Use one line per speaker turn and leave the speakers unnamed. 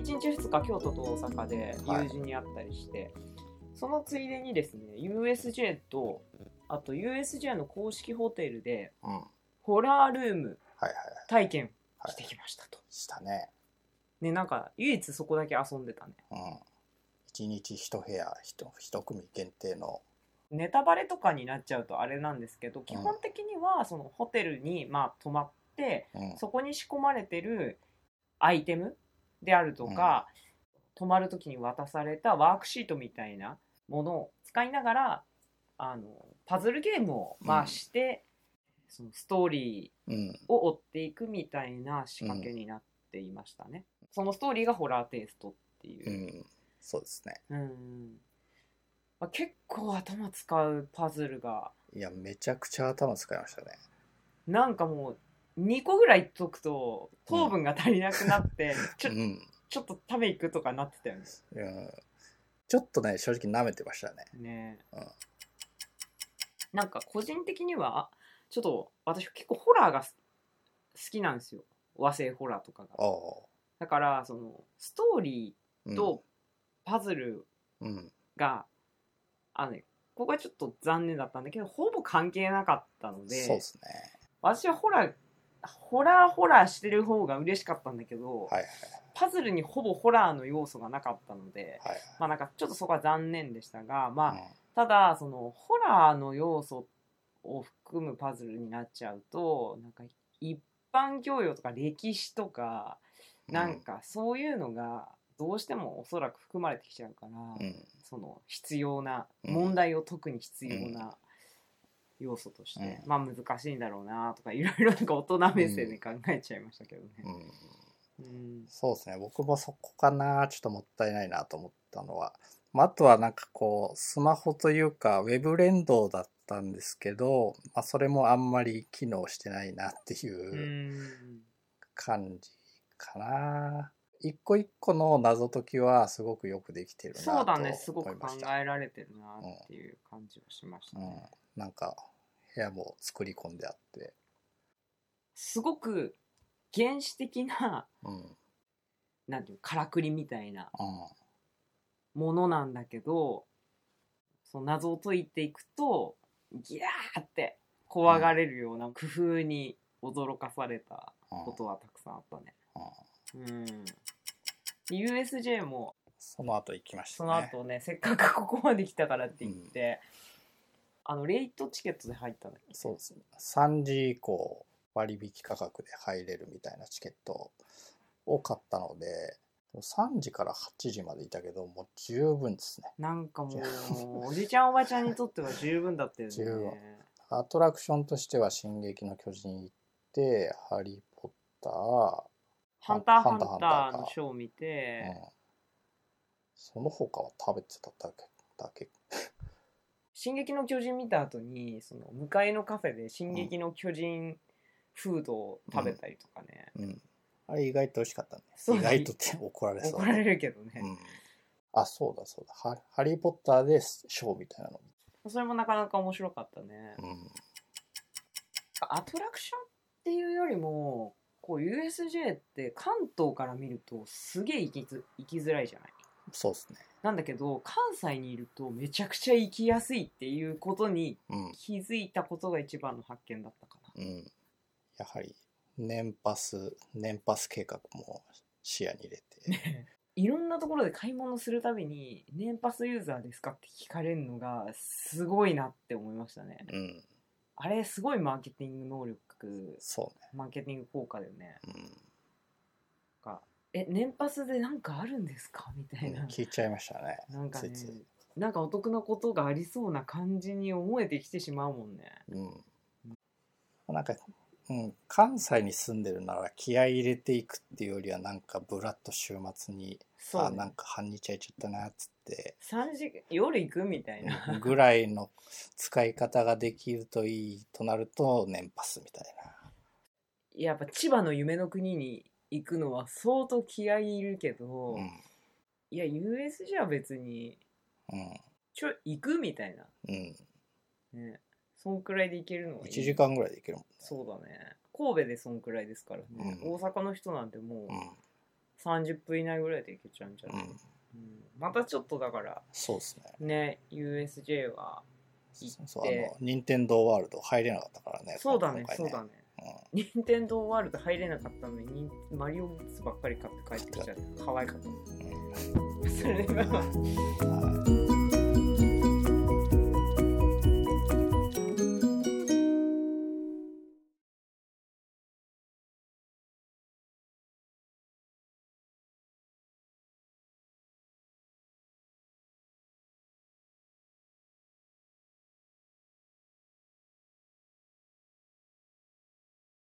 阪京都と大阪で
はい
友人に会ったりして、そのついでにですね USJ とあと USJ の公式ホテルで
うん。はい
ホラールーム
はい。
体験
はい
してきましたと、
したね。
ねなんか唯一そこだけ遊んでたね
うん。一日一部屋、一一組限定の。
ネタバレとかになっちゃうとあれなんですけど基本的にはそのホテルにまあ泊まって
うん。
そこに仕込まれてるアイテムであるとか、泊まる時に渡されたワークシートみたいなものを使いながらあのパズルゲームを回して、そのストーリ
うん。
ーを追っていくみたいな仕掛けになっていましたね。そのストーリーがホラーテイストっていうう。
ん。そうですね。
うんまあ、結構頭使うパズルが
いや、めちゃくちゃ頭使いましたね。
なんかもう2個ぐらい解くと糖分が足りなくなって、 ち
う
ょ
ん。
ちょっとためいくとかなってたよね。
うん。ちょっとね、正直舐めてましたね。
ねえ
うん
なんか個人的にはちょっと私結構ホラーがす好きなんですよ和製ホラーとかが
おお
だからそのストーリ
う。
ー
うん
とパズル
うん。
が、あのねここはちょっと残念だったんだけどほぼ関係なかったので
そうですね。
私はホラーホラーホラーしてる方が嬉しかったんだけど、
はいはい
パズルにほぼホラーの要素がなかったので、
はい。
まあなんかちょっとそこは残念でしたが、まあ、
はい
ただそのホラーの要素を含むパズルになっちゃうとなんか一般教養とか歴史とか
うん
なんかそういうのがどうしてもおそらく含まれてきちゃうから、
うん。
その必要な
うん
問題を特に必要
う
な要素として、
う
まあ難しいんだろうなとかいろいろなんか大人目線で考えちゃいましたけどね。
うん。
うん
そうですね。僕もそこかな。ちょっともったいないなと思ったのは。まあ、あとはなんかこう、スマホというか、ウェブ連動だったんですけど、まあ、それもあんまり機能してないなって
う
いううん感じかな。一個一個の謎解きはすごくよくできてるなと
そうだねすご
思い
く
ま
考
した。
えられてるなっていう感じはしましたね。
うん。なんか、部屋も作り込んであって。
すごく原始的な
うん。うん。
なんていうのからくりみたいなものなんだけどその謎を解いていくとギャーって怖がれるような工夫に驚かされた
うん
ことはたくさんあったね。
うん
うんで USJ も
その後行きました
そ
ね。
の後ねせっかくここまで来たからって言って、あのレイトチケットで入ったんだっけ
そうですね。3時以降割引価格で入れるみたいなチケットを買ったので、3時から8時までいたけど、もう十分ですね。
なんかもうおじちゃんおばちゃんにとっては十分だったよ
十分
ね。
アトラクションとしては、進撃の巨人行って、ハリー・ポッター、
ハンター
ハ
ハ
ン
ン
タ
タ
ー
ーのショーを見て、
うん、その他は食べてただけ。だけ
進撃の巨人見た後に、その向かいのカフェで進撃の巨人フードを食べたりとかね。
うん。あれ意外と美味しかったね。
そう
意外とって怒られそう
怒られ
る、
るけどね
う、ん。あ、そうだそうだ。ハハリー・ポッターでショーみたいなの。
それもなかなか面白かったね。
うん。
アトラクションっていうよりも、こう USJ って関東から見るとすげえ行きづ行きづらいじゃない
そうですね。
なんだけど関西にいるとめちゃくちゃ行きやすいっていうことに
うん。
気づいたことが一番の発見だったかな。
うん、やはり年パス年パス計画も視野に入れて、
いろんなところで買い物するたびに「年パスユーザーですか?」って聞かれるのがすごいなって思いましたね。
うん、
あれすごいマーケティング能力
そ
マーケティング効果だよね。
うね、
なんかえ年パスでなんかあるんですかみた
う
い
ん
な。
聞いちゃいましたね。
なんかね
ついつい
なんかお得なことがありそうな感じに思えてきてしまうもんね。
うん、なんか、うん、関西に住んでるなら気合い入れていくっていうよりはなんかぶらっと週末に、
そ
あ
う、
なん
ね、
か半日空いちゃったなっつ って
3時夜行くみたいな。
ぐらいの使い方ができるといいとなると年パスみたい
やっぱ千葉の夢の国に行くのは相当気合いいるけど、
な。
いや USJ は別に
うんうん
ちょ行くみたいな
うん、
ねそんくらいで行けるのはいい
1時間ぐらいでいけるもんね。
そうだね神戸でそんくらいですからね、
うん
大阪の人なんてもう
うん
30分以内ぐらいでいけちゃうんじゃ
う
ない、
ん、
うんまたちょっとだから
そうですね。
ね USJ は
そう、あの、任天堂ワールド入れなかったからね。
そうだね
今回
そうだね
うん
任天堂ワールド入れなかったのにニンマリオグッズばっかり買って帰ってきちゃって可愛かったそれは
はい